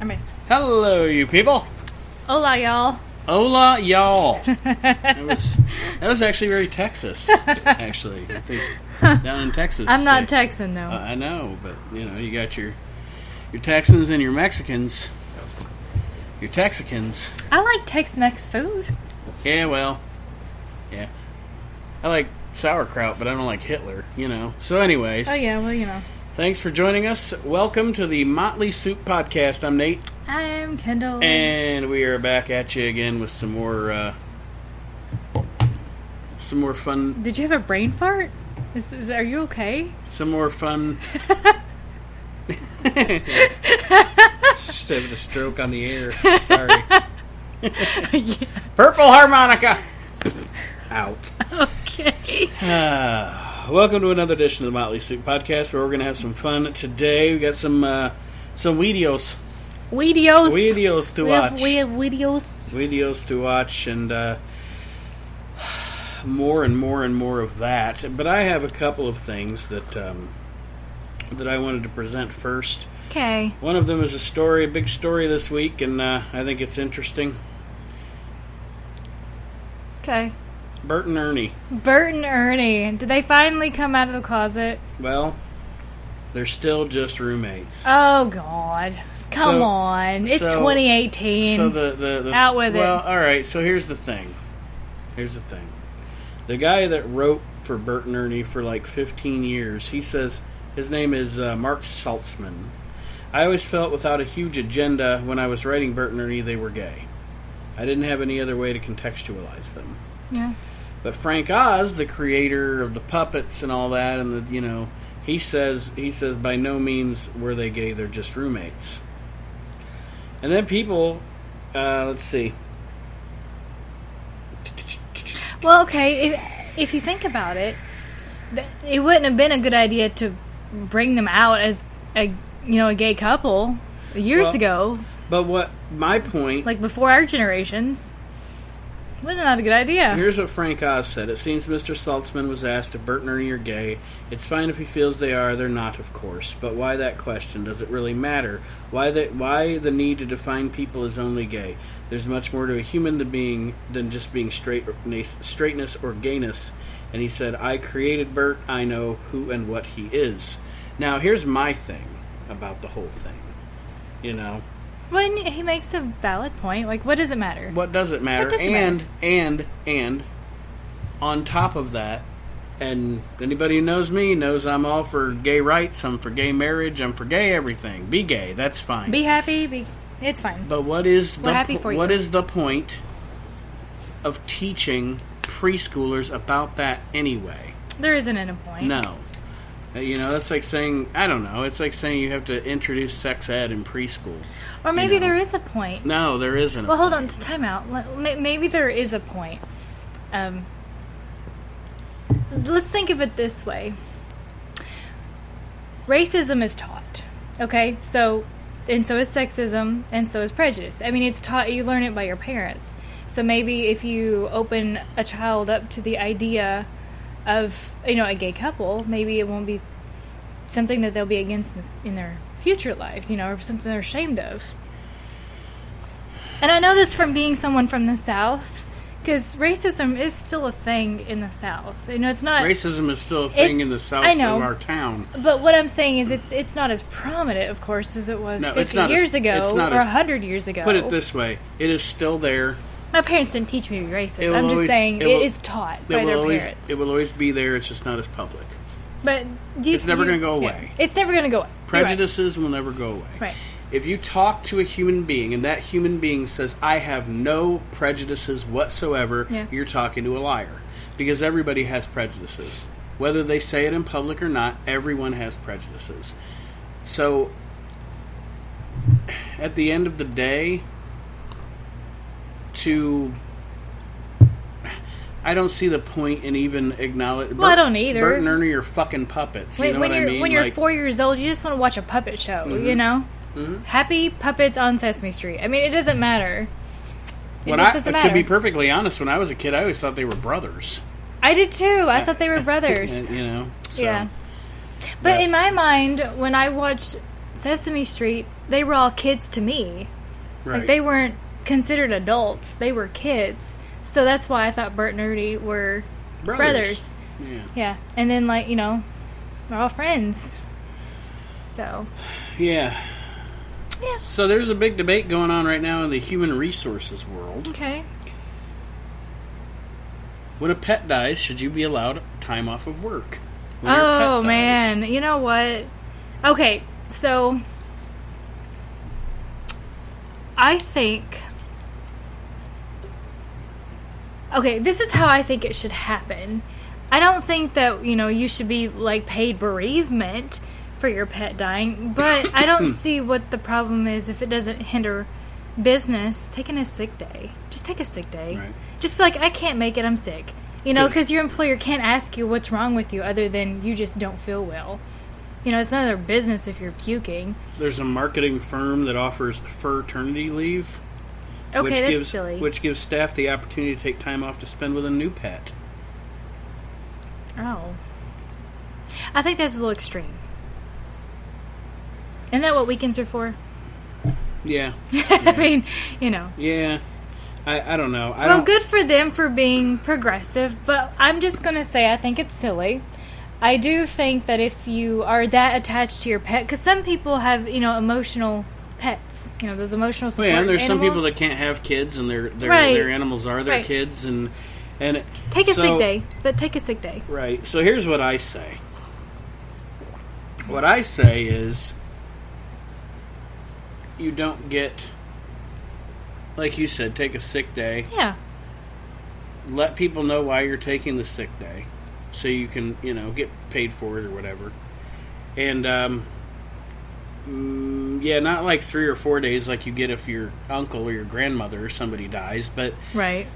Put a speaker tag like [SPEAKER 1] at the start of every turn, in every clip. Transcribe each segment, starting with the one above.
[SPEAKER 1] I mean,
[SPEAKER 2] Hello, you people.
[SPEAKER 1] hola, y'all.
[SPEAKER 2] Hola, y'all. that was that was actually very Texas. Actually, I think down in Texas.
[SPEAKER 1] I'm not
[SPEAKER 2] Texas.
[SPEAKER 1] Texan though.
[SPEAKER 2] I know, but you know, you got your your Texans and your Mexicans. Your Texicans.
[SPEAKER 1] I like Tex-Mex food.
[SPEAKER 2] Yeah, well, yeah. I like sauerkraut, but I don't like Hitler. You know. So, anyways,
[SPEAKER 1] Oh yeah, well you know.
[SPEAKER 2] thanks for joining us. Welcome to the Motley Soup Podcast. I'm Nate.
[SPEAKER 1] I'm Kendall.
[SPEAKER 2] And we are back at you again with some more, uh, some more fun,
[SPEAKER 1] Did you have a brain fart? Is, is are you okay?
[SPEAKER 2] some more fun. Just having a stroke on the air. Sorry.
[SPEAKER 1] yeah.
[SPEAKER 2] Purple harmonica. Out.
[SPEAKER 1] Okay.
[SPEAKER 2] Ah, welcome to another edition of the Motley Soup Podcast, where we're gonna have some fun today. We got some uh, some videos,
[SPEAKER 1] Videos.
[SPEAKER 2] videos to
[SPEAKER 1] we
[SPEAKER 2] watch.
[SPEAKER 1] have, we have videos.
[SPEAKER 2] videos to watch and uh, more and more and more of that. But I have a couple of things that um, that I wanted to present first.
[SPEAKER 1] Okay.
[SPEAKER 2] One of them is a story, a big story this week, and uh, I think it's interesting.
[SPEAKER 1] Okay.
[SPEAKER 2] Bert and Ernie.
[SPEAKER 1] Bert and Ernie. Did they finally come out of the closet?
[SPEAKER 2] Well, they're still just roommates.
[SPEAKER 1] Oh God. Come
[SPEAKER 2] So-
[SPEAKER 1] on. It's
[SPEAKER 2] so-
[SPEAKER 1] 2018.
[SPEAKER 2] So the, the, the
[SPEAKER 1] Out with it.
[SPEAKER 2] well, all right. So here's the thing. Here's the thing. The guy that wrote for Bert and Ernie for like 15 years, he says his name is uh, Mark Saltzman. I always felt without a huge agenda when I was writing Bert and Ernie, they were gay. I didn't have any other way to contextualize them.
[SPEAKER 1] yeah.
[SPEAKER 2] But Frank Oz, the creator of the puppets and all that, and the you know, he says he says by no means were they gay; they're just roommates. And then people, uh, let's see,
[SPEAKER 1] Well, okay, if, if you think about it, th- it wouldn't have been a good idea to bring them out as a you know a gay couple years
[SPEAKER 2] Well-
[SPEAKER 1] ago,
[SPEAKER 2] but what my point?
[SPEAKER 1] like before our generations. Wasn't that a good idea?
[SPEAKER 2] Here's what Frank Oz said. It seems Mr. Saltzman was asked if Bert and Ernie are gay. It's fine if he feels they are. They're not, of course. But why that question? Does it really matter? Why the, Why the need to define people as only gay? There's much more to a human than being than just being straight, or, na- straightness or gayness. And he said, "I created Bert. I know who and what he is." Now, here's my thing about the whole thing. You know,
[SPEAKER 1] When he makes a valid point, like what does it matter?
[SPEAKER 2] what does it matter?
[SPEAKER 1] What does it
[SPEAKER 2] and
[SPEAKER 1] matter?
[SPEAKER 2] and and on top of that, and anybody who knows me knows I'm all for gay rights. I'm for gay marriage. I'm for gay everything. Be gay. That's fine.
[SPEAKER 1] Be happy. Be it's fine.
[SPEAKER 2] but what is
[SPEAKER 1] We're
[SPEAKER 2] the
[SPEAKER 1] happy
[SPEAKER 2] po-
[SPEAKER 1] for you.
[SPEAKER 2] what is the point of teaching preschoolers about that anyway?
[SPEAKER 1] There isn't any point.
[SPEAKER 2] No. Uh, You know, that's like saying I don't know. It's like saying you have to introduce sex ed in preschool.
[SPEAKER 1] Or maybe
[SPEAKER 2] you know.
[SPEAKER 1] there is a point.
[SPEAKER 2] No, there isn't. a
[SPEAKER 1] Well, hold
[SPEAKER 2] point.
[SPEAKER 1] on. Time out. Let- may- Maybe there is a point. Um, let's think of it this way racism is taught. Okay? So, and so is sexism, and so is prejudice. I mean, it's taught, you learn it by your parents. So maybe if you open a child up to the idea of, you know, a gay couple, maybe it won't be something that they'll be against in- in their future lives, you know, or something they're ashamed of. And I know this from being someone from the South, because racism is still a thing in the South. You know, it's not.
[SPEAKER 2] Racism is still a thing in the south
[SPEAKER 1] I know.
[SPEAKER 2] of our town.
[SPEAKER 1] but what I'm saying is, it's it's not as prominent, of course, as it was
[SPEAKER 2] No, it's
[SPEAKER 1] 50
[SPEAKER 2] not as-
[SPEAKER 1] years
[SPEAKER 2] it's
[SPEAKER 1] ago
[SPEAKER 2] not
[SPEAKER 1] or
[SPEAKER 2] as-
[SPEAKER 1] 100 years ago.
[SPEAKER 2] Put it this way: it is still there.
[SPEAKER 1] My parents didn't teach me to be racist.
[SPEAKER 2] It will
[SPEAKER 1] I'm just
[SPEAKER 2] always-
[SPEAKER 1] saying
[SPEAKER 2] it will-
[SPEAKER 1] it is taught
[SPEAKER 2] It
[SPEAKER 1] by
[SPEAKER 2] will
[SPEAKER 1] their
[SPEAKER 2] always
[SPEAKER 1] parents.
[SPEAKER 2] it will always be there. It's just not as public.
[SPEAKER 1] but do you,
[SPEAKER 2] It's never
[SPEAKER 1] do you-
[SPEAKER 2] gonna go
[SPEAKER 1] yeah.
[SPEAKER 2] away.
[SPEAKER 1] It's never going to go away. You're right.
[SPEAKER 2] Prejudices will never go away.
[SPEAKER 1] Right.
[SPEAKER 2] If you talk to a human being and that human being says, "I have no prejudices whatsoever,"
[SPEAKER 1] Yeah.
[SPEAKER 2] you're talking to a liar because everybody has prejudices, whether they say it in public or not. Everyone has prejudices. So, at the end of the day, to I don't see the point in even acknowledging.
[SPEAKER 1] Well, I don't either.
[SPEAKER 2] Bert and Ernie are fucking puppets.
[SPEAKER 1] When,
[SPEAKER 2] you know
[SPEAKER 1] when
[SPEAKER 2] what
[SPEAKER 1] you're
[SPEAKER 2] I mean?
[SPEAKER 1] when you're
[SPEAKER 2] Like- Mm-hmm.
[SPEAKER 1] four years old, you just want to watch a puppet show, you know. Happy puppets on Sesame Street. I mean, it doesn't matter. It
[SPEAKER 2] When
[SPEAKER 1] just
[SPEAKER 2] I,
[SPEAKER 1] doesn't
[SPEAKER 2] to be
[SPEAKER 1] matter.
[SPEAKER 2] perfectly honest, when I was a kid, I always thought they were brothers.
[SPEAKER 1] I did too. I thought they were brothers.
[SPEAKER 2] And, you know, so.
[SPEAKER 1] Yeah. But
[SPEAKER 2] Yeah.
[SPEAKER 1] in my mind, when I watched Sesame Street, they were all kids to me.
[SPEAKER 2] Right.
[SPEAKER 1] Like they weren't considered adults; they were kids. So that's why I thought Bert and Ernie were brothers.
[SPEAKER 2] Yeah.
[SPEAKER 1] Yeah, and then like you know, we're all friends. So
[SPEAKER 2] Yeah.
[SPEAKER 1] yeah,
[SPEAKER 2] So there's a big debate going on right now in the human resources world.
[SPEAKER 1] okay.
[SPEAKER 2] When a pet dies, should you be allowed time off of work? When your pet
[SPEAKER 1] Oh
[SPEAKER 2] dies.
[SPEAKER 1] man, you know what? Okay, so I think Okay, this is how I think it should happen. I don't think that, you know, you should be like paid bereavement for your pet dying, but I
[SPEAKER 2] Hmm.
[SPEAKER 1] don't see what the problem is if it doesn't hinder business taking a sick day. Just take a sick day.
[SPEAKER 2] Right.
[SPEAKER 1] Just be like I can't make it, I'm sick. You know,
[SPEAKER 2] 'Cause-
[SPEAKER 1] cuz your employer can't ask you what's wrong with you other than you just don't feel well. You know, it's none of their business if you're puking.
[SPEAKER 2] There's a marketing firm that offers fraternity leave,
[SPEAKER 1] Okay,
[SPEAKER 2] which
[SPEAKER 1] that's
[SPEAKER 2] gives
[SPEAKER 1] silly.
[SPEAKER 2] which gives staff the opportunity to take time off to spend with a new pet.
[SPEAKER 1] Oh. I think that's a little extreme. Isn't that what weekends are for?
[SPEAKER 2] Yeah.
[SPEAKER 1] I mean, you know.
[SPEAKER 2] Yeah. I, I don't know. I
[SPEAKER 1] Well,
[SPEAKER 2] don't,
[SPEAKER 1] good for them for being progressive, but I'm just going to say I think it's silly. I do think that if you are that attached to your pet, because some people have, you know, emotional pets, you know, those emotional
[SPEAKER 2] Well,
[SPEAKER 1] support
[SPEAKER 2] yeah, and there's some people
[SPEAKER 1] animals.
[SPEAKER 2] that can't have kids, and their their,
[SPEAKER 1] Right.
[SPEAKER 2] their animals are their
[SPEAKER 1] Right.
[SPEAKER 2] kids, and and
[SPEAKER 1] Take a
[SPEAKER 2] so-
[SPEAKER 1] sick day, but take a sick day.
[SPEAKER 2] Right. So here's what I say. What I say is you don't get like you said, take a sick day.
[SPEAKER 1] Yeah.
[SPEAKER 2] Let people know why you're taking the sick day so you can, you know, get paid for it or whatever. And um mm, yeah, not like 3 or 4 days like you get if your uncle or your grandmother or somebody dies, but
[SPEAKER 1] Right.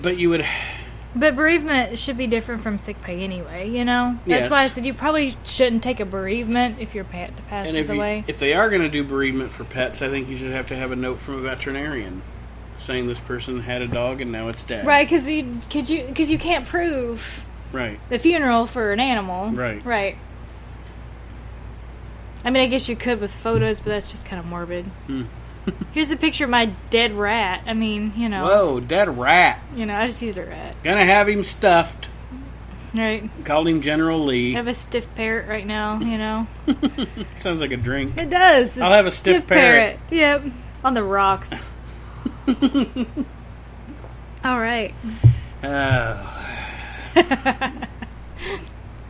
[SPEAKER 2] but you would
[SPEAKER 1] But bereavement should be different from sick pay anyway, you know? That's
[SPEAKER 2] Yes.
[SPEAKER 1] why I said you probably shouldn't take a bereavement if your pet passes
[SPEAKER 2] And if, you-
[SPEAKER 1] away.
[SPEAKER 2] if they are going to do bereavement for pets, I think you should have to have a note from a veterinarian saying this person had a dog and now it's dead.
[SPEAKER 1] right, because you, could you, cause you can't prove
[SPEAKER 2] Right.
[SPEAKER 1] the funeral for an animal.
[SPEAKER 2] Right.
[SPEAKER 1] Right. I mean, I guess you could with photos, but that's just kind of morbid.
[SPEAKER 2] Hmm.
[SPEAKER 1] Here's a picture of my dead rat. I mean, you know,
[SPEAKER 2] Whoa, dead rat.
[SPEAKER 1] you know, I just used a rat,
[SPEAKER 2] Gonna have him stuffed.
[SPEAKER 1] right?
[SPEAKER 2] Called him General Lee.
[SPEAKER 1] I have a stiff parrot right now, you know.
[SPEAKER 2] Sounds like a drink.
[SPEAKER 1] It does.
[SPEAKER 2] I'll have a stiff parrot.
[SPEAKER 1] Yep, on the rocks. All right.
[SPEAKER 2] Oh. then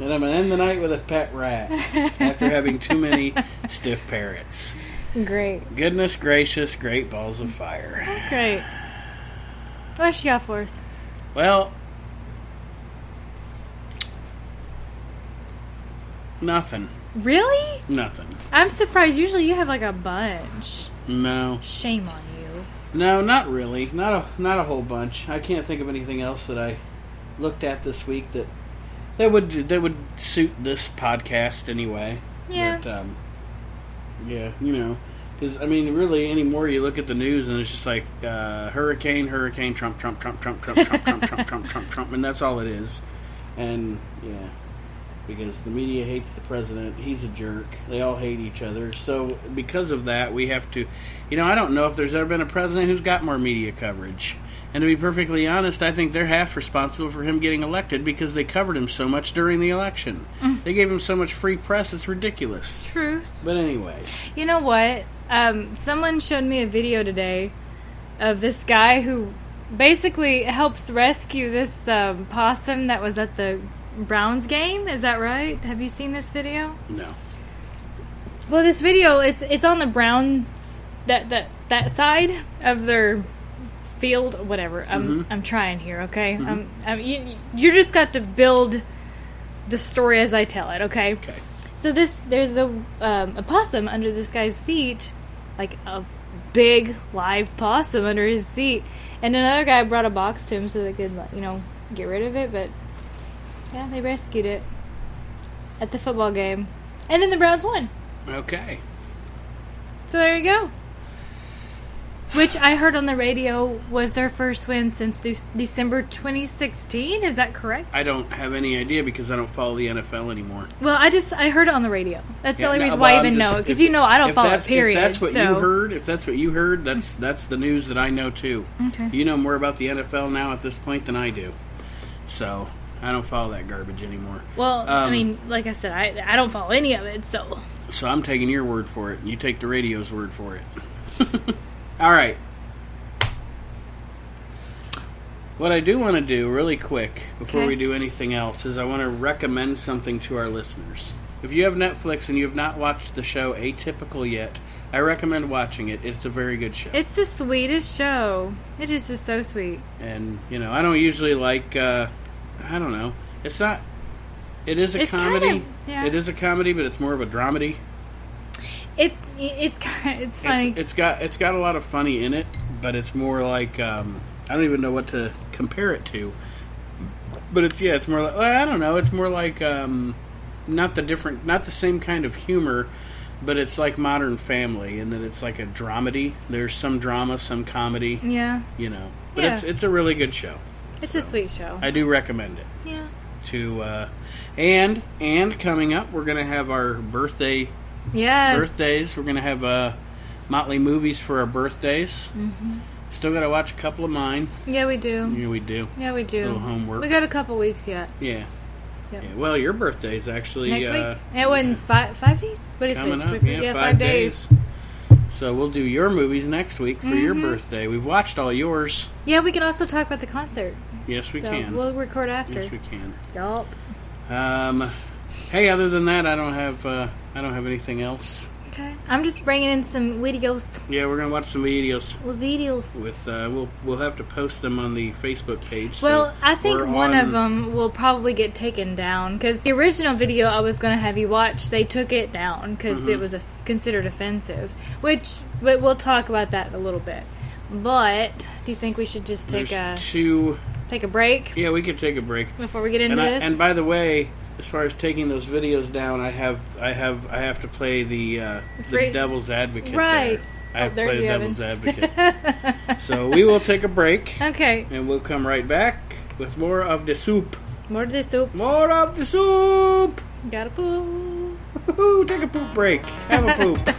[SPEAKER 2] I'm gonna end the night with a pet rat after having too many stiff parrots.
[SPEAKER 1] Great.
[SPEAKER 2] Goodness gracious, great balls of fire.
[SPEAKER 1] Great. What else you got for us?
[SPEAKER 2] Well, nothing.
[SPEAKER 1] Really?
[SPEAKER 2] Nothing.
[SPEAKER 1] I'm surprised. Usually you have like a bunch.
[SPEAKER 2] No,
[SPEAKER 1] Shame on you.
[SPEAKER 2] no, not really. Not a not a whole bunch. I can't think of anything else that I looked at this week that that would that would suit this podcast anyway.
[SPEAKER 1] Yeah.
[SPEAKER 2] But, um, yeah, you know, because I mean, really, anymore you look at the news and it's just like uh, hurricane, hurricane, Trump, Trump, Trump, Trump, Trump, Trump, Trump, Trump, Trump, Trump, Trump, and that's all it is. And yeah, because the media hates the president, he's a jerk. They all hate each other. So because of that, we have to, you know, I don't know if there's ever been a president who's got more media coverage. And to be perfectly honest, I think they're half responsible for him getting elected because they covered him so much during the election.
[SPEAKER 1] Mm.
[SPEAKER 2] They gave him so much free press, it's ridiculous.
[SPEAKER 1] Truth.
[SPEAKER 2] But anyway,
[SPEAKER 1] You know what? Um, someone showed me a video today of this guy who basically helps rescue this um, possum that was at the Browns game. Is that right? Have you seen this video?
[SPEAKER 2] no.
[SPEAKER 1] Well, this video it's it's on the Browns that that that side of their field, whatever. I'm I'm trying here, okay. Um, um, you you just got to build the story as I tell it, okay?
[SPEAKER 2] Okay.
[SPEAKER 1] So this there's a um, a possum under this guy's seat, like a big live possum under his seat, and another guy brought a box to him so they could like, you know get rid of it. But yeah, they rescued it at the football game, and then the Browns won.
[SPEAKER 2] Okay.
[SPEAKER 1] So there you go. which I heard on the radio was their first win since de- December 2016. Is that correct?
[SPEAKER 2] I don't have any idea because I don't follow the NFL anymore.
[SPEAKER 1] Well, I just I heard it on the radio. That's
[SPEAKER 2] Yeah,
[SPEAKER 1] the only
[SPEAKER 2] no,
[SPEAKER 1] reason
[SPEAKER 2] well,
[SPEAKER 1] why I
[SPEAKER 2] I'm
[SPEAKER 1] even
[SPEAKER 2] just-
[SPEAKER 1] know because
[SPEAKER 2] if-
[SPEAKER 1] you know I don't
[SPEAKER 2] if
[SPEAKER 1] follow
[SPEAKER 2] that's-
[SPEAKER 1] it. Period.
[SPEAKER 2] If that's what
[SPEAKER 1] so.
[SPEAKER 2] you heard, if that's what you heard, that's that's the news that I know too.
[SPEAKER 1] Okay.
[SPEAKER 2] You know more about the NFL now at this point than I do, so I don't follow that garbage anymore.
[SPEAKER 1] Well, I
[SPEAKER 2] Um,
[SPEAKER 1] mean, like I said, I I don't follow any of it. So
[SPEAKER 2] So I'm taking your word for it. and You take the radio's word for it. All right. What I do want to do really quick before
[SPEAKER 1] Okay.
[SPEAKER 2] we do anything else is I want to recommend something to our listeners. If you have Netflix and you have not watched the show Atypical yet, I recommend watching it. It's a very good show.
[SPEAKER 1] it's the sweetest show. It is just so sweet.
[SPEAKER 2] and, you know, I don't usually like uh I don't know. It's not it is a
[SPEAKER 1] It's kind
[SPEAKER 2] comedy.
[SPEAKER 1] of- yeah.
[SPEAKER 2] It is a comedy, but it's more of a dramedy.
[SPEAKER 1] It it's kind it's funny.
[SPEAKER 2] It's, it's got it's got a lot of funny in it, but it's more like um, I don't even know what to compare it to. But it's yeah, it's more like well, I don't know. It's more like um, not the different, not the same kind of humor, but it's like Modern Family, and then it's like a dramedy. There's some drama, some comedy,
[SPEAKER 1] yeah,
[SPEAKER 2] you know. But
[SPEAKER 1] Yeah.
[SPEAKER 2] it's it's a really good show.
[SPEAKER 1] it's a sweet show.
[SPEAKER 2] I do recommend it
[SPEAKER 1] yeah.
[SPEAKER 2] to. Uh, and and coming up, we're gonna have our birthday
[SPEAKER 1] Yes.
[SPEAKER 2] birthdays. We're gonna have uh, Motley movies for our birthdays.
[SPEAKER 1] Mm-hmm.
[SPEAKER 2] Still gotta watch a couple of mine.
[SPEAKER 1] Yeah, we do.
[SPEAKER 2] Yeah, we do.
[SPEAKER 1] Yeah, we do.
[SPEAKER 2] Little homework.
[SPEAKER 1] We got a couple weeks yet.
[SPEAKER 2] Yeah.
[SPEAKER 1] Yep.
[SPEAKER 2] yeah. Well, your birthday's actually
[SPEAKER 1] Next
[SPEAKER 2] uh,
[SPEAKER 1] week. It wasn't five five days. What is
[SPEAKER 2] coming
[SPEAKER 1] it?
[SPEAKER 2] up.
[SPEAKER 1] Three-
[SPEAKER 2] Yeah, five, days. So we'll do your movies next week for your
[SPEAKER 1] Mhm.
[SPEAKER 2] birthday. We've watched all yours.
[SPEAKER 1] Yeah, we can also talk about the concert.
[SPEAKER 2] Yes, we
[SPEAKER 1] so
[SPEAKER 2] can.
[SPEAKER 1] we'll record after.
[SPEAKER 2] yes, we can.
[SPEAKER 1] Yup.
[SPEAKER 2] Um, hey, other than that, I don't have uh, I don't have anything else.
[SPEAKER 1] Okay. I'm just bringing in some videos.
[SPEAKER 2] Yeah, we're gonna watch some videos.
[SPEAKER 1] Videos.
[SPEAKER 2] With uh, we'll we'll have to post them on the Facebook page. so
[SPEAKER 1] Well, I think
[SPEAKER 2] we're
[SPEAKER 1] one
[SPEAKER 2] on-
[SPEAKER 1] of them will probably get taken down because the original video I was going to have you watch, they took it down because
[SPEAKER 2] Mm-hmm.
[SPEAKER 1] it was a, considered offensive. Which, but we'll talk about that in a little bit. But do you think we should just take
[SPEAKER 2] There's
[SPEAKER 1] a
[SPEAKER 2] two.
[SPEAKER 1] take a break
[SPEAKER 2] Yeah, we could take a break.
[SPEAKER 1] before we get into
[SPEAKER 2] And, I,
[SPEAKER 1] this?
[SPEAKER 2] and by the way, as far as taking those videos down, I have I have I have to play the uh,
[SPEAKER 1] Free-
[SPEAKER 2] the devil's advocate. there.
[SPEAKER 1] Right.
[SPEAKER 2] I have
[SPEAKER 1] Oh,
[SPEAKER 2] to
[SPEAKER 1] there's
[SPEAKER 2] play the
[SPEAKER 1] the
[SPEAKER 2] devil's advocate.
[SPEAKER 1] advocate.
[SPEAKER 2] so we will take a break
[SPEAKER 1] okay,
[SPEAKER 2] and we'll come right back with more of the soup.
[SPEAKER 1] more of this oops.
[SPEAKER 2] More of the soup.
[SPEAKER 1] Gotta poo.
[SPEAKER 2] Woo-hoo, take a poop break. Have a poop.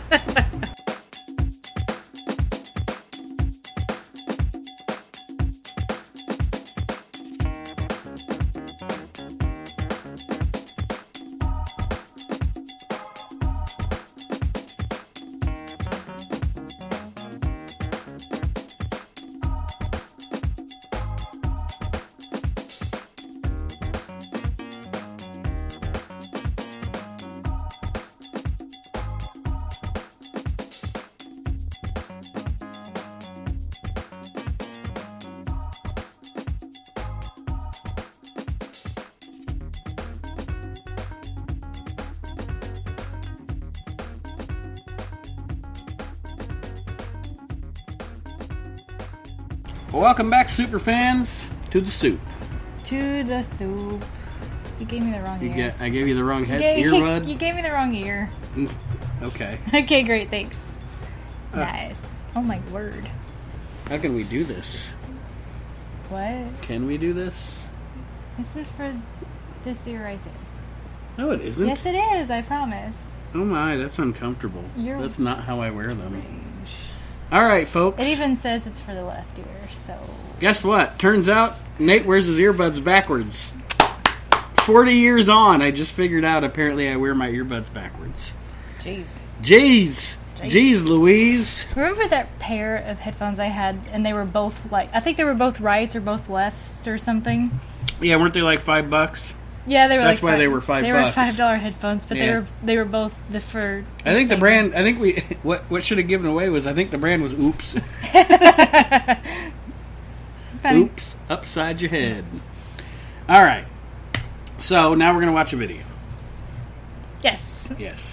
[SPEAKER 2] Welcome back, super fans, to the soup.
[SPEAKER 1] To the soup. You gave me the wrong
[SPEAKER 2] You
[SPEAKER 1] ear.
[SPEAKER 2] get, I gave you the wrong head
[SPEAKER 1] Yeah,
[SPEAKER 2] ear
[SPEAKER 1] you-
[SPEAKER 2] bud.
[SPEAKER 1] you gave me the wrong ear.
[SPEAKER 2] Okay.
[SPEAKER 1] Okay, great, thanks.
[SPEAKER 2] Uh.
[SPEAKER 1] nice. Oh my word.
[SPEAKER 2] How can we do this?
[SPEAKER 1] What?
[SPEAKER 2] Can we do this?
[SPEAKER 1] This is for this ear right there.
[SPEAKER 2] No, it isn't.
[SPEAKER 1] Yes, it is. I promise.
[SPEAKER 2] Oh my, that's uncomfortable.
[SPEAKER 1] You're
[SPEAKER 2] that's not how I wear them.
[SPEAKER 1] Strange.
[SPEAKER 2] All right, folks.
[SPEAKER 1] It even says it's for the left ear. So
[SPEAKER 2] Guess what? Turns out Nate wears his earbuds backwards. 40 years on, I just figured out apparently I wear my earbuds backwards.
[SPEAKER 1] jeez.
[SPEAKER 2] Jeez.
[SPEAKER 1] Jeez.
[SPEAKER 2] Jeez Louise.
[SPEAKER 1] Remember that pair of headphones I had, and they were both like I think they were both rights or both lefts or something.
[SPEAKER 2] Yeah, weren't they like 5 bucks?
[SPEAKER 1] Yeah, they were.
[SPEAKER 2] That's
[SPEAKER 1] like
[SPEAKER 2] why they were five
[SPEAKER 1] They were
[SPEAKER 2] bucks.
[SPEAKER 1] five dollar headphones, but they
[SPEAKER 2] Yeah.
[SPEAKER 1] were they were both the for.
[SPEAKER 2] I think the
[SPEAKER 1] same-
[SPEAKER 2] brand I think we what what should have given away was I think the brand was oops.
[SPEAKER 1] Funny.
[SPEAKER 2] oops upside your head. All right. So, now we're going to watch a video.
[SPEAKER 1] Yes.
[SPEAKER 2] Yes.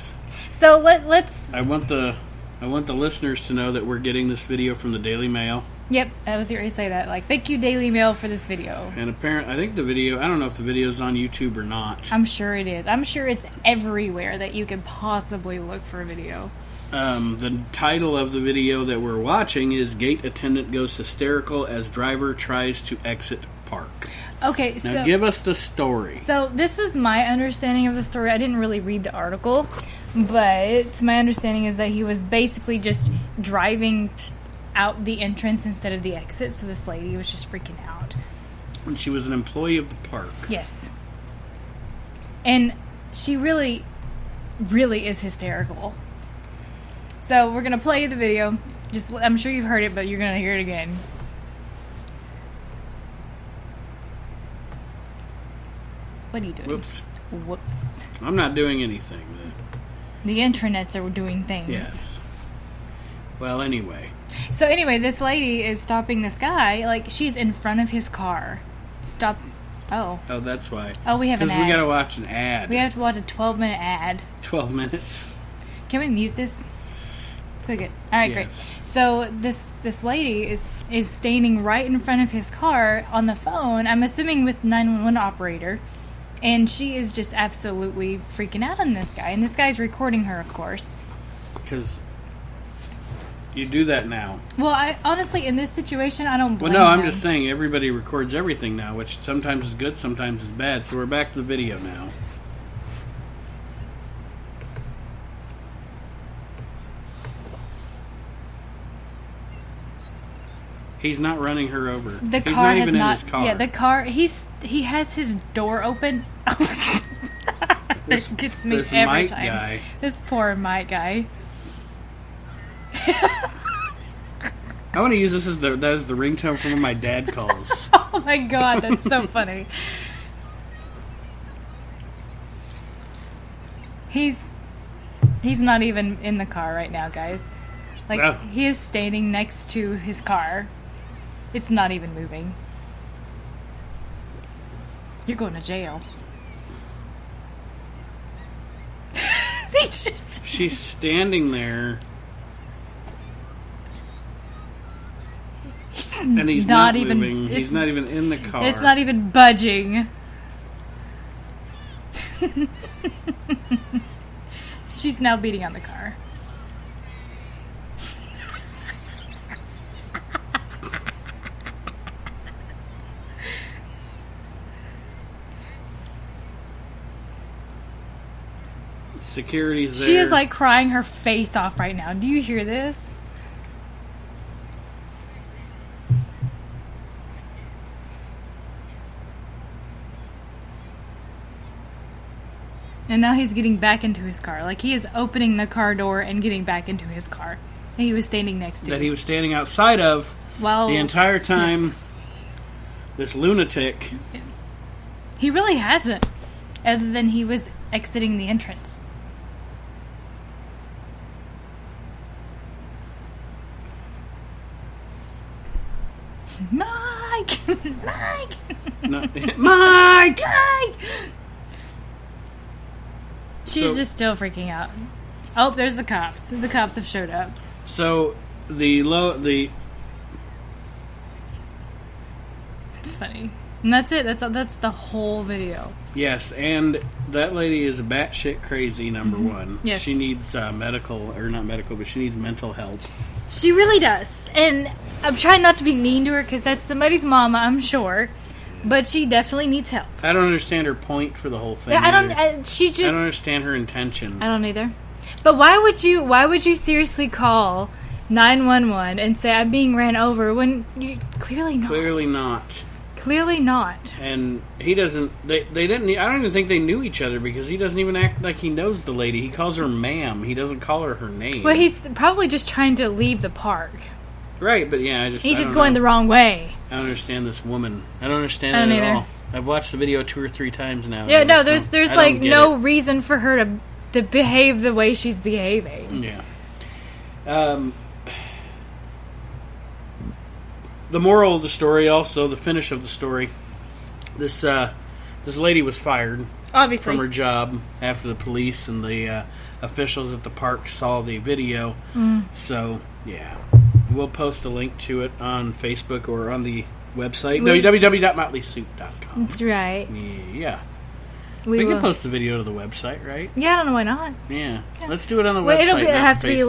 [SPEAKER 1] So let let's
[SPEAKER 2] I want the I want the listeners to know that we're getting this video from the Daily Mail.
[SPEAKER 1] Yep, I was going to say that. Like, thank you, Daily Mail, for this video.
[SPEAKER 2] And apparent, I think the video. I don't know if the video's on YouTube or not.
[SPEAKER 1] I'm sure it is. I'm sure it's everywhere that you can possibly look for a video.
[SPEAKER 2] Um, the title of the video that we're watching is "Gate Attendant Goes Hysterical as Driver Tries to Exit Park."
[SPEAKER 1] Okay,
[SPEAKER 2] Now,
[SPEAKER 1] so
[SPEAKER 2] give us the story.
[SPEAKER 1] so this is my understanding of the story. I didn't really read the article, but my understanding is that he was basically just driving out the entrance instead of the exit. So this lady was just freaking out.
[SPEAKER 2] And she was an employee of the park.
[SPEAKER 1] Yes. And she really, really is hysterical. So we're gonna play the video. Just I'm sure you've heard it, but you're gonna hear it again. What are you doing?
[SPEAKER 2] Whoops,
[SPEAKER 1] Whoops.
[SPEAKER 2] I'm not doing anything.
[SPEAKER 1] The intranets are doing things.
[SPEAKER 2] Yes. Well, anyway,
[SPEAKER 1] So anyway, this lady is stopping this guy. Like she's in front of his car. Stop. Oh.
[SPEAKER 2] oh, that's why.
[SPEAKER 1] Oh, we have an
[SPEAKER 2] Because
[SPEAKER 1] ad.
[SPEAKER 2] we gotta watch an ad.
[SPEAKER 1] we have to watch a 12 minute ad.
[SPEAKER 2] Twelve minutes.
[SPEAKER 1] Can we mute this? Click it. All right, great.
[SPEAKER 2] Yes.
[SPEAKER 1] So this this lady is is standing right in front of his car on the phone. I'm assuming with 911 operator, and she is just absolutely freaking out on this guy. And this guy's recording her, of course.
[SPEAKER 2] Because you do that now.
[SPEAKER 1] Well, I honestly in this situation, I don't blame.
[SPEAKER 2] Well, no, I'm
[SPEAKER 1] him.
[SPEAKER 2] just saying everybody records everything now, which sometimes is good, sometimes is bad. So we're back to the video now. He's not running her over.
[SPEAKER 1] the
[SPEAKER 2] He's
[SPEAKER 1] car
[SPEAKER 2] not
[SPEAKER 1] has
[SPEAKER 2] even
[SPEAKER 1] not.
[SPEAKER 2] in his car.
[SPEAKER 1] Yeah, the car. He's he has his door open. that
[SPEAKER 2] This-
[SPEAKER 1] gets me
[SPEAKER 2] this
[SPEAKER 1] every
[SPEAKER 2] Mike
[SPEAKER 1] time.
[SPEAKER 2] guy.
[SPEAKER 1] This poor Mike guy.
[SPEAKER 2] I want to use this as the that is the ringtone from when my dad calls.
[SPEAKER 1] Oh my god, that's so funny. He's he's not even in the car right now, guys. Like
[SPEAKER 2] No.
[SPEAKER 1] he is standing next to his car. It's not even moving. You're going to jail. They just-
[SPEAKER 2] She's standing there, and he's not,
[SPEAKER 1] even
[SPEAKER 2] moving.
[SPEAKER 1] it's-
[SPEAKER 2] He's not even in the car.
[SPEAKER 1] It's not even budging. She's now beating on the car.
[SPEAKER 2] Security's there.
[SPEAKER 1] e- She is like crying her face off right now. Do you hear this? And now he's getting back into his car. Like he is opening the car door and getting back into his car. That he was standing next to.
[SPEAKER 2] that he was standing outside of
[SPEAKER 1] well,
[SPEAKER 2] the entire time.
[SPEAKER 1] Oh, yes.
[SPEAKER 2] This lunatic.
[SPEAKER 1] he really hasn't, other than he was exiting the entrance. Mike, Mike,
[SPEAKER 2] No, Mike.
[SPEAKER 1] Mike. She's
[SPEAKER 2] So-
[SPEAKER 1] just still freaking out. Oh, there's the cops. The cops have showed up.
[SPEAKER 2] So the low the
[SPEAKER 1] It's funny. And that's it. That's that's the whole video.
[SPEAKER 2] yes, and that lady is batshit crazy. Number one.
[SPEAKER 1] Mm-hmm. Yes.
[SPEAKER 2] She needs uh, medical or not medical, but she needs mental help.
[SPEAKER 1] She really does. And I'm trying not to be mean to her because that's somebody's mama, I'm sure. But she definitely needs help.
[SPEAKER 2] I don't understand her point for the whole thing.
[SPEAKER 1] I don't.
[SPEAKER 2] either.
[SPEAKER 1] I, she
[SPEAKER 2] I
[SPEAKER 1] just.
[SPEAKER 2] don't understand her intention.
[SPEAKER 1] I don't either. But why would you? Why would you seriously call nine one one and say I'm being ran over when you clearly not?
[SPEAKER 2] Clearly not.
[SPEAKER 1] Clearly not.
[SPEAKER 2] And he doesn't. They they didn't. I don't even think they knew each other because he doesn't even act like he knows the lady. He calls her ma'am. He doesn't call her her name.
[SPEAKER 1] Well, he's probably just trying to leave the park.
[SPEAKER 2] right. But yeah, I just
[SPEAKER 1] He's
[SPEAKER 2] I
[SPEAKER 1] just
[SPEAKER 2] don't
[SPEAKER 1] going
[SPEAKER 2] know.
[SPEAKER 1] the wrong way.
[SPEAKER 2] I don't understand this woman. I don't understand
[SPEAKER 1] I don't
[SPEAKER 2] it at
[SPEAKER 1] either.
[SPEAKER 2] all. I've watched the video two or three times now.
[SPEAKER 1] Yeah,
[SPEAKER 2] I
[SPEAKER 1] no.
[SPEAKER 2] just
[SPEAKER 1] There's
[SPEAKER 2] don't-
[SPEAKER 1] there's
[SPEAKER 2] I don't
[SPEAKER 1] like
[SPEAKER 2] get
[SPEAKER 1] no
[SPEAKER 2] it.
[SPEAKER 1] reason for her to to behave the way she's behaving.
[SPEAKER 2] Yeah. Um, the moral of the story, also the finish of the story, this uh, this lady was fired
[SPEAKER 1] Obviously,
[SPEAKER 2] from her job after the police and the uh, officials at the park saw the video.
[SPEAKER 1] Mm.
[SPEAKER 2] So yeah, we'll post a link to it on Facebook or on the website
[SPEAKER 1] We-
[SPEAKER 2] www.motleysuit.com.
[SPEAKER 1] that's right.
[SPEAKER 2] Yeah.
[SPEAKER 1] We,
[SPEAKER 2] We, can
[SPEAKER 1] will-
[SPEAKER 2] post the video to the website, right?
[SPEAKER 1] Yeah, I don't know why not.
[SPEAKER 2] Yeah.
[SPEAKER 1] Yeah.
[SPEAKER 2] Let's do it on the
[SPEAKER 1] Well,
[SPEAKER 2] website.
[SPEAKER 1] it'll be,
[SPEAKER 2] not
[SPEAKER 1] have to be
[SPEAKER 2] Facebook.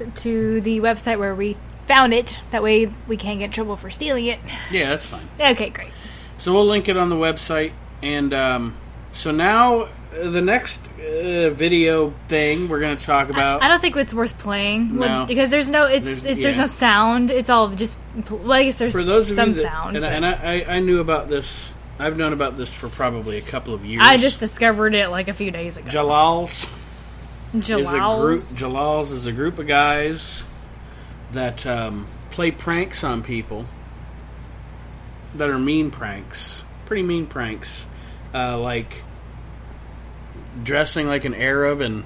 [SPEAKER 1] linked to the website where we found it. That way we can't get in trouble for stealing it.
[SPEAKER 2] Yeah, that's fine.
[SPEAKER 1] Okay, great.
[SPEAKER 2] So we'll link it on the website. And um, so now uh, the next uh, video thing we're going to talk about.
[SPEAKER 1] I don't think it's worth playing well,
[SPEAKER 2] No.
[SPEAKER 1] because there's no it's
[SPEAKER 2] There's-
[SPEAKER 1] there's, it's, there's
[SPEAKER 2] yeah.
[SPEAKER 1] no sound. It's all just well, I guess there's
[SPEAKER 2] for those of
[SPEAKER 1] some
[SPEAKER 2] you that,
[SPEAKER 1] sound.
[SPEAKER 2] and, I,
[SPEAKER 1] but
[SPEAKER 2] and I, I, I knew about this. I've known about this for probably a couple of years.
[SPEAKER 1] I just discovered it like a few days ago.
[SPEAKER 2] Jalal's is a group.
[SPEAKER 1] Jalal's.
[SPEAKER 2] Jalal's is a group of guys that um, play pranks on people that are mean pranks, pretty mean pranks, uh, like dressing like an Arab and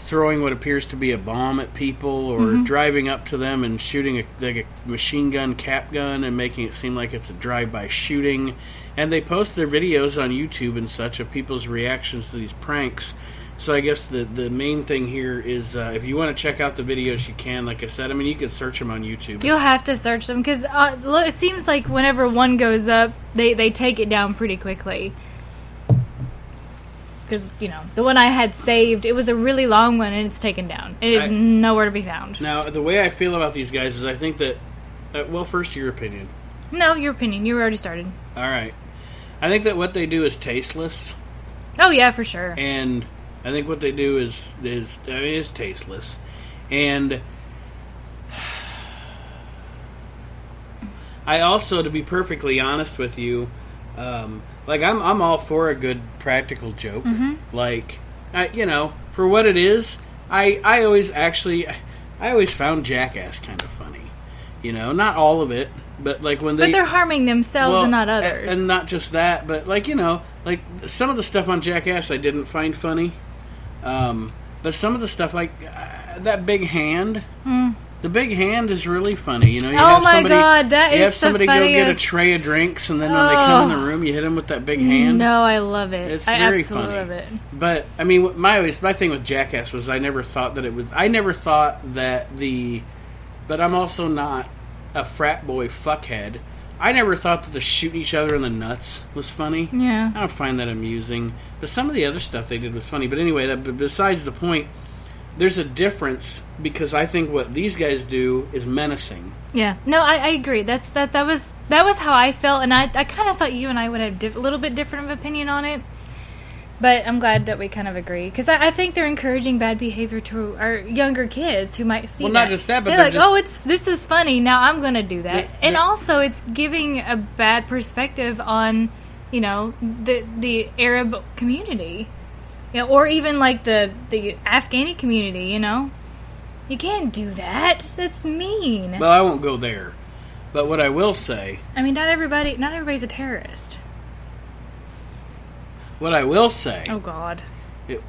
[SPEAKER 2] throwing what appears to be a bomb at people, or driving up to them and shooting a, like a machine gun cap gun and making it seem like it's a drive-by shooting. And they post their videos on YouTube and such of people's reactions to these pranks. So I guess the the main thing here is uh, if you want to check out the videos, you can. Like I said, I mean you can search them on YouTube.
[SPEAKER 1] You'll have to search them because uh, lo- it seems like whenever one goes up, they, they take it down pretty quickly. Because you know the one I had saved, it was a really long one, and it's taken down. It is
[SPEAKER 2] I-
[SPEAKER 1] nowhere to be found.
[SPEAKER 2] Now, the way I feel about these guys is I think that, uh, well, first, your opinion.
[SPEAKER 1] No, your opinion. You already started.
[SPEAKER 2] All right. I think that what they do is tasteless,
[SPEAKER 1] Oh yeah, for sure.
[SPEAKER 2] and I think what they do is, is I mean, it's tasteless. And I also, to be perfectly honest with you, um, like, I'm, I'm all for a good practical joke.
[SPEAKER 1] Mm-hmm.
[SPEAKER 2] Like, I, you know, for what it is, I, I always actually, I always found Jackass kind of funny. You know, not all of it, but like when they.
[SPEAKER 1] but they're harming themselves and not
[SPEAKER 2] a-
[SPEAKER 1] others.
[SPEAKER 2] And not just that, but like you know, like some of the stuff on Jackass I didn't find funny, um, but some of the stuff like uh, that big hand. The big hand is really funny, you know. You
[SPEAKER 1] Hmm. Oh my God, that
[SPEAKER 2] you
[SPEAKER 1] is
[SPEAKER 2] have
[SPEAKER 1] the
[SPEAKER 2] somebody go get a
[SPEAKER 1] funniest.
[SPEAKER 2] tray of drinks, and then when they come in
[SPEAKER 1] Oh.
[SPEAKER 2] the room, you hit them with that big hand.
[SPEAKER 1] No, I love it.
[SPEAKER 2] It's
[SPEAKER 1] I
[SPEAKER 2] very
[SPEAKER 1] absolutely
[SPEAKER 2] funny.
[SPEAKER 1] love it.
[SPEAKER 2] But I mean, what- my always my thing with Jackass was I never thought that it was. I never thought that the. But I'm also not a frat boy fuckhead. I never thought that the shooting each other in the nuts was funny.
[SPEAKER 1] Yeah.
[SPEAKER 2] I don't find that amusing. But some of the other stuff they did was funny. But anyway, that, but besides the point, there's a difference because I think what these guys do is menacing.
[SPEAKER 1] Yeah, no, I, I agree. That's that. That was that was how I felt, and I, I kind of thought you and I would have a diff- little bit different of opinion on it. But I'm glad that we kind of agree because I, I think they're encouraging bad behavior to our younger kids who might see.
[SPEAKER 2] Well, not
[SPEAKER 1] that.
[SPEAKER 2] just that, but
[SPEAKER 1] they're,
[SPEAKER 2] they're
[SPEAKER 1] like,
[SPEAKER 2] just-
[SPEAKER 1] "Oh, it's this is funny. Now I'm going to do that."
[SPEAKER 2] They-
[SPEAKER 1] and
[SPEAKER 2] they-
[SPEAKER 1] also, it's giving a bad perspective on, you know, the the Arab community, you know, or even like the the Afghani community. You know, you can't do that. That's mean.
[SPEAKER 2] Well, I won't go there. But what I will say
[SPEAKER 1] I mean, not everybody, not everybody's a terrorist.
[SPEAKER 2] What I will say.
[SPEAKER 1] Oh God.
[SPEAKER 2] It,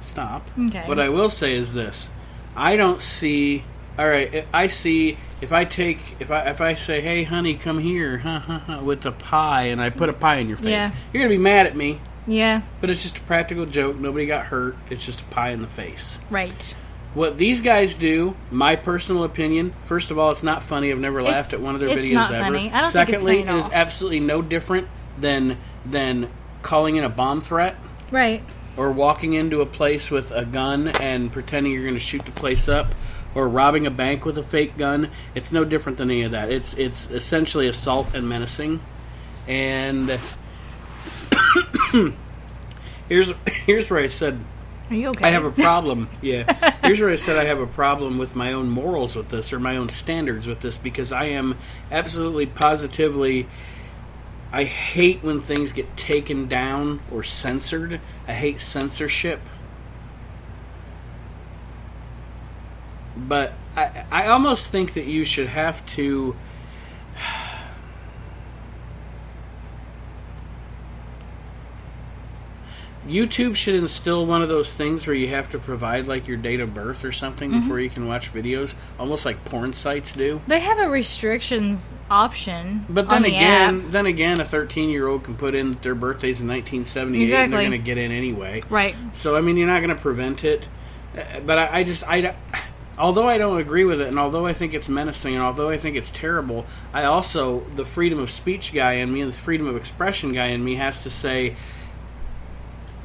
[SPEAKER 2] stop.
[SPEAKER 1] Okay.
[SPEAKER 2] What I will say is this: I don't see. All right, I I see. If I take, if I if I say, "Hey, honey, come here," huh, huh, huh, with a pie, and I put a pie in your face,
[SPEAKER 1] Yeah.
[SPEAKER 2] you're gonna be mad at me.
[SPEAKER 1] Yeah.
[SPEAKER 2] But it's just a practical joke. Nobody got hurt. It's just a pie in the face.
[SPEAKER 1] Right.
[SPEAKER 2] What these guys do, my personal opinion. First of all, it's not funny. I've never laughed at one of their
[SPEAKER 1] it's
[SPEAKER 2] videos
[SPEAKER 1] not
[SPEAKER 2] ever.
[SPEAKER 1] funny. I don't think it's
[SPEAKER 2] Secondly,
[SPEAKER 1] funny at
[SPEAKER 2] it is
[SPEAKER 1] all.
[SPEAKER 2] absolutely no different than than calling in a bomb threat
[SPEAKER 1] Right.
[SPEAKER 2] or walking into a place with a gun and pretending you're going to shoot the place up or robbing a bank with a fake gun it's no different than any of that it's it's essentially assault and menacing and here's here's where i said
[SPEAKER 1] Are you okay?
[SPEAKER 2] i have a problem yeah here's where i said i have a problem with my own morals with this or my own standards with this because i am absolutely positively I hate when things get taken down or censored. I hate censorship. But I, I almost think that you should have to. YouTube should instill one of those things where you have to provide like your date of birth or something before you can watch videos, almost like porn sites do.
[SPEAKER 1] They have a restrictions option.
[SPEAKER 2] But then
[SPEAKER 1] on the
[SPEAKER 2] again,
[SPEAKER 1] app.
[SPEAKER 2] then again, a 13 year old can put in that their birthday's in 1978 and they're
[SPEAKER 1] Exactly.
[SPEAKER 2] going to get in anyway.
[SPEAKER 1] right?
[SPEAKER 2] So I mean, you're not going to prevent it. Uh, But I, I just I, don't- although I don't agree with it, and although I think it's menacing, and although I think it's terrible, I also the freedom of speech guy in me and the freedom of expression guy in me has to say.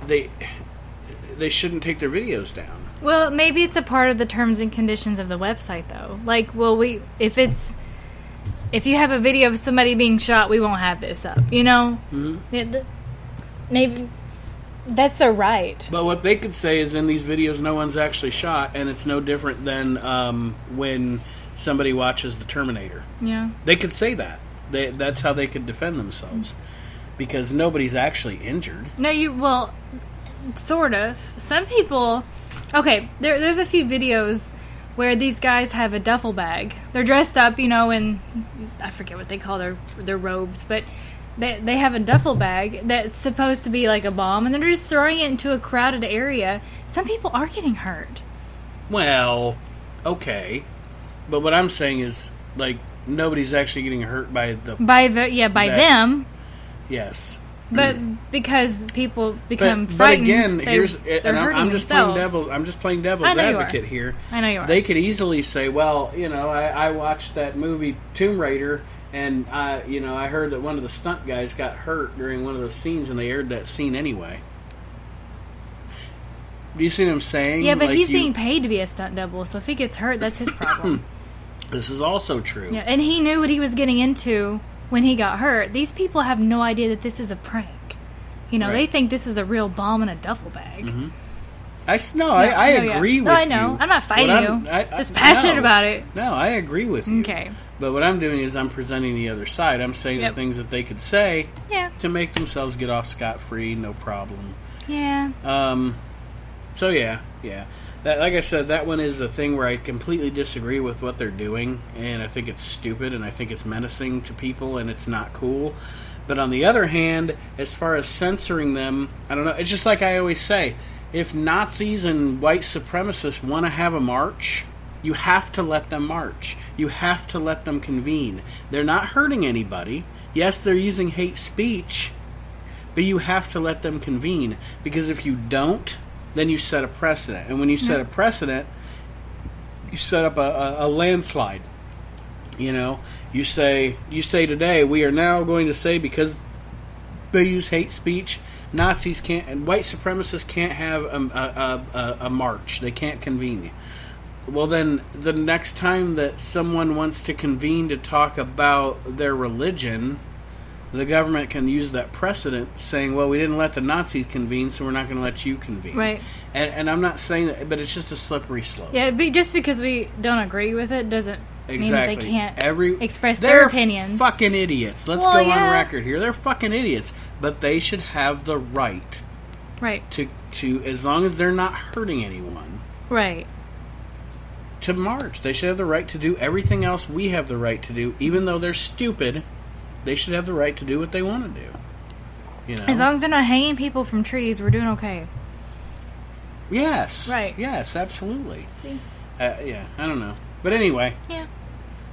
[SPEAKER 2] they they shouldn't take their videos down.
[SPEAKER 1] Well, maybe it's a part of the terms and conditions of the website, though. Like, well, we if it's if you have a video of somebody being shot, we won't have this up. You know,
[SPEAKER 2] Mhm.
[SPEAKER 1] It- maybe that's their right.
[SPEAKER 2] But what they could say is in these videos, no one's actually shot, and it's no different than um, when somebody watches The Terminator.
[SPEAKER 1] Yeah,
[SPEAKER 2] They could say that. They, that's how they could defend themselves because nobody's actually injured.
[SPEAKER 1] no, you well, sort of. Some people, okay, there, there's a few videos where these guys have a duffel bag. They're dressed up, you know, in I forget what they call their their robes, but. They, they have a duffel bag that's supposed to be like a bomb, and they're just throwing it into a crowded area. Some people are getting hurt.
[SPEAKER 2] Well, okay, but what I'm saying is like nobody's actually getting hurt by the
[SPEAKER 1] by the yeah by
[SPEAKER 2] That-
[SPEAKER 1] them
[SPEAKER 2] yes.
[SPEAKER 1] but because people become
[SPEAKER 2] But, but
[SPEAKER 1] frightened
[SPEAKER 2] again,
[SPEAKER 1] they,
[SPEAKER 2] here's
[SPEAKER 1] they're
[SPEAKER 2] and I'm,
[SPEAKER 1] hurting
[SPEAKER 2] I'm just
[SPEAKER 1] themselves.
[SPEAKER 2] playing devil. I'm just playing devil's
[SPEAKER 1] I know you are.
[SPEAKER 2] advocate here.
[SPEAKER 1] i know you are
[SPEAKER 2] They could easily say, "Well, you know, I, I watched that movie Tomb Raider, and I, you know, I heard that one of the stunt guys got hurt during one of those scenes, and they aired that scene anyway." Do you see what I'm saying?
[SPEAKER 1] yeah but
[SPEAKER 2] Like
[SPEAKER 1] he's
[SPEAKER 2] you-
[SPEAKER 1] being paid to be a stunt double so if he gets hurt that's his problem
[SPEAKER 2] This is also true.
[SPEAKER 1] yeah and he knew what he was getting into when he got hurt these people have no idea that this is a prank you know
[SPEAKER 2] Right.
[SPEAKER 1] they think this is a real bomb in a duffel bag
[SPEAKER 2] I s- no, I, I
[SPEAKER 1] no, yeah.
[SPEAKER 2] agree
[SPEAKER 1] No,
[SPEAKER 2] with
[SPEAKER 1] I know.
[SPEAKER 2] you.
[SPEAKER 1] I'm not fighting
[SPEAKER 2] What
[SPEAKER 1] you. Just passionate
[SPEAKER 2] no.
[SPEAKER 1] about it.
[SPEAKER 2] No, I agree with you.
[SPEAKER 1] Okay.
[SPEAKER 2] But what I'm doing is I'm presenting the other side. I'm saying
[SPEAKER 1] Yep.
[SPEAKER 2] the things that they could say
[SPEAKER 1] yeah
[SPEAKER 2] to make themselves get off scot free, no problem.
[SPEAKER 1] yeah
[SPEAKER 2] Um, so yeah, yeah. That, like I said, that one is the thing where I completely disagree with what they're doing, and I think it's stupid, and I think it's menacing to people, and it's not cool. But on the other hand, as far as censoring them, I don't know. It's just like I always say: if Nazis and white supremacists want to have a march, you have to let them march. You have to let them convene. They're not hurting anybody. Yes, they're using hate speech, but you have to let them convene because if you don't, then you set a precedent. And when you set a precedent, you set up a, a, a landslide. You know, you say you say today we are now going to say because they use hate speech, Nazis can't and white supremacists can't have a, a, a, a, a march. They can't convene. Well, then the next time that someone wants to convene to talk about their religion, the government can use that precedent saying, well, we didn't let the Nazis convene, so we're not going to let you convene.
[SPEAKER 1] Right.
[SPEAKER 2] And, and I'm not saying that, but it's just a slippery slope.
[SPEAKER 1] yeah but just because we don't agree with it doesn't mean that
[SPEAKER 2] Exactly.
[SPEAKER 1] they can't
[SPEAKER 2] Every,
[SPEAKER 1] express
[SPEAKER 2] they're
[SPEAKER 1] their opinions
[SPEAKER 2] Fucking idiots. Let's
[SPEAKER 1] Well,
[SPEAKER 2] go on
[SPEAKER 1] yeah.
[SPEAKER 2] record here. They're fucking idiots, but they should have the right
[SPEAKER 1] right
[SPEAKER 2] to to as long as they're not hurting anyone
[SPEAKER 1] right
[SPEAKER 2] to march. They should have the right to do everything else we have the right to do, even though they're stupid. They should have the right to do what they want to do. You know.
[SPEAKER 1] as long as they're not hanging people from trees we're doing okay
[SPEAKER 2] yes.
[SPEAKER 1] Right.
[SPEAKER 2] Yes. Absolutely.
[SPEAKER 1] See?
[SPEAKER 2] Uh, yeah. I don't know. But anyway,
[SPEAKER 1] yeah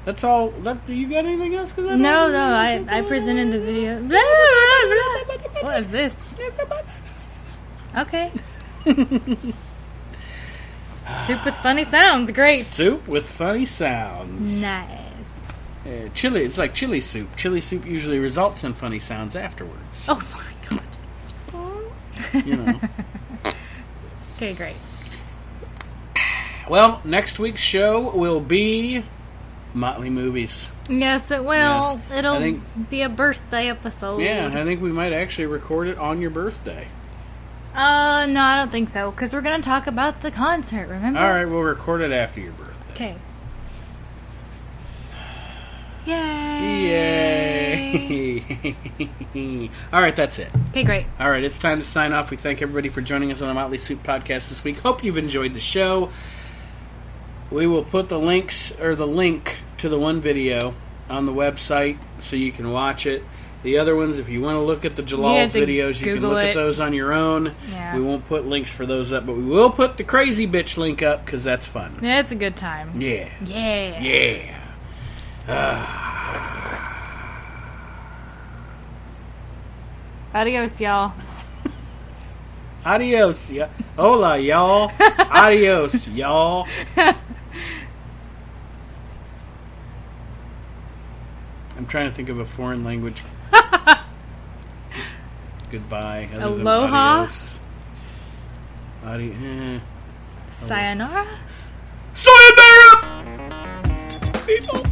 [SPEAKER 2] that's all. That you got anything else? Cause I don't
[SPEAKER 1] No,
[SPEAKER 2] have
[SPEAKER 1] no, I,
[SPEAKER 2] anything else.
[SPEAKER 1] I presented the video. what is this? Okay. Soup with funny sounds. Great.
[SPEAKER 2] Soup with funny sounds.
[SPEAKER 1] Nice. Mm.
[SPEAKER 2] Uh, chili, it's like chili soup. Chili soup usually results in funny sounds afterwards.
[SPEAKER 1] Oh my god.
[SPEAKER 2] You know.
[SPEAKER 1] okay, great.
[SPEAKER 2] well, next week's show will be Motley Movies.
[SPEAKER 1] Yes, it will.
[SPEAKER 2] Yes.
[SPEAKER 1] It'll
[SPEAKER 2] I think-
[SPEAKER 1] be a birthday episode.
[SPEAKER 2] Yeah, I think we might actually record it on your birthday.
[SPEAKER 1] Mm-hmm. Uh, no, I don't think so, because we're going to talk about the concert, remember?
[SPEAKER 2] All right, we'll record it after your birthday.
[SPEAKER 1] Okay. Yay.
[SPEAKER 2] Yay! All right, that's it.
[SPEAKER 1] Okay, great.
[SPEAKER 2] All right, it's time to sign off. We thank everybody for joining us on the Motley Soup podcast this week. Hope you've enjoyed the show. We will put the links or the link to the one video on the website so you can watch it. The other ones, if you want to look at the
[SPEAKER 1] have
[SPEAKER 2] Jalal's
[SPEAKER 1] to
[SPEAKER 2] videos, you
[SPEAKER 1] Google
[SPEAKER 2] can look
[SPEAKER 1] it.
[SPEAKER 2] at those on your own.
[SPEAKER 1] Yeah.
[SPEAKER 2] We won't put links for those up, but we will put the crazy bitch link up because that's fun.
[SPEAKER 1] Yeah, it's a good time.
[SPEAKER 2] Yeah.
[SPEAKER 1] Yeah.
[SPEAKER 2] Yeah.
[SPEAKER 1] Adios, y'all.
[SPEAKER 2] Adios, yeah. Hola, y'all. Adios, y'all. I'm trying to think of a foreign language. Goodbye. other than
[SPEAKER 1] Aloha?
[SPEAKER 2] adios. How do you? Eh.
[SPEAKER 1] Sayonara?
[SPEAKER 2] Sayonara, people.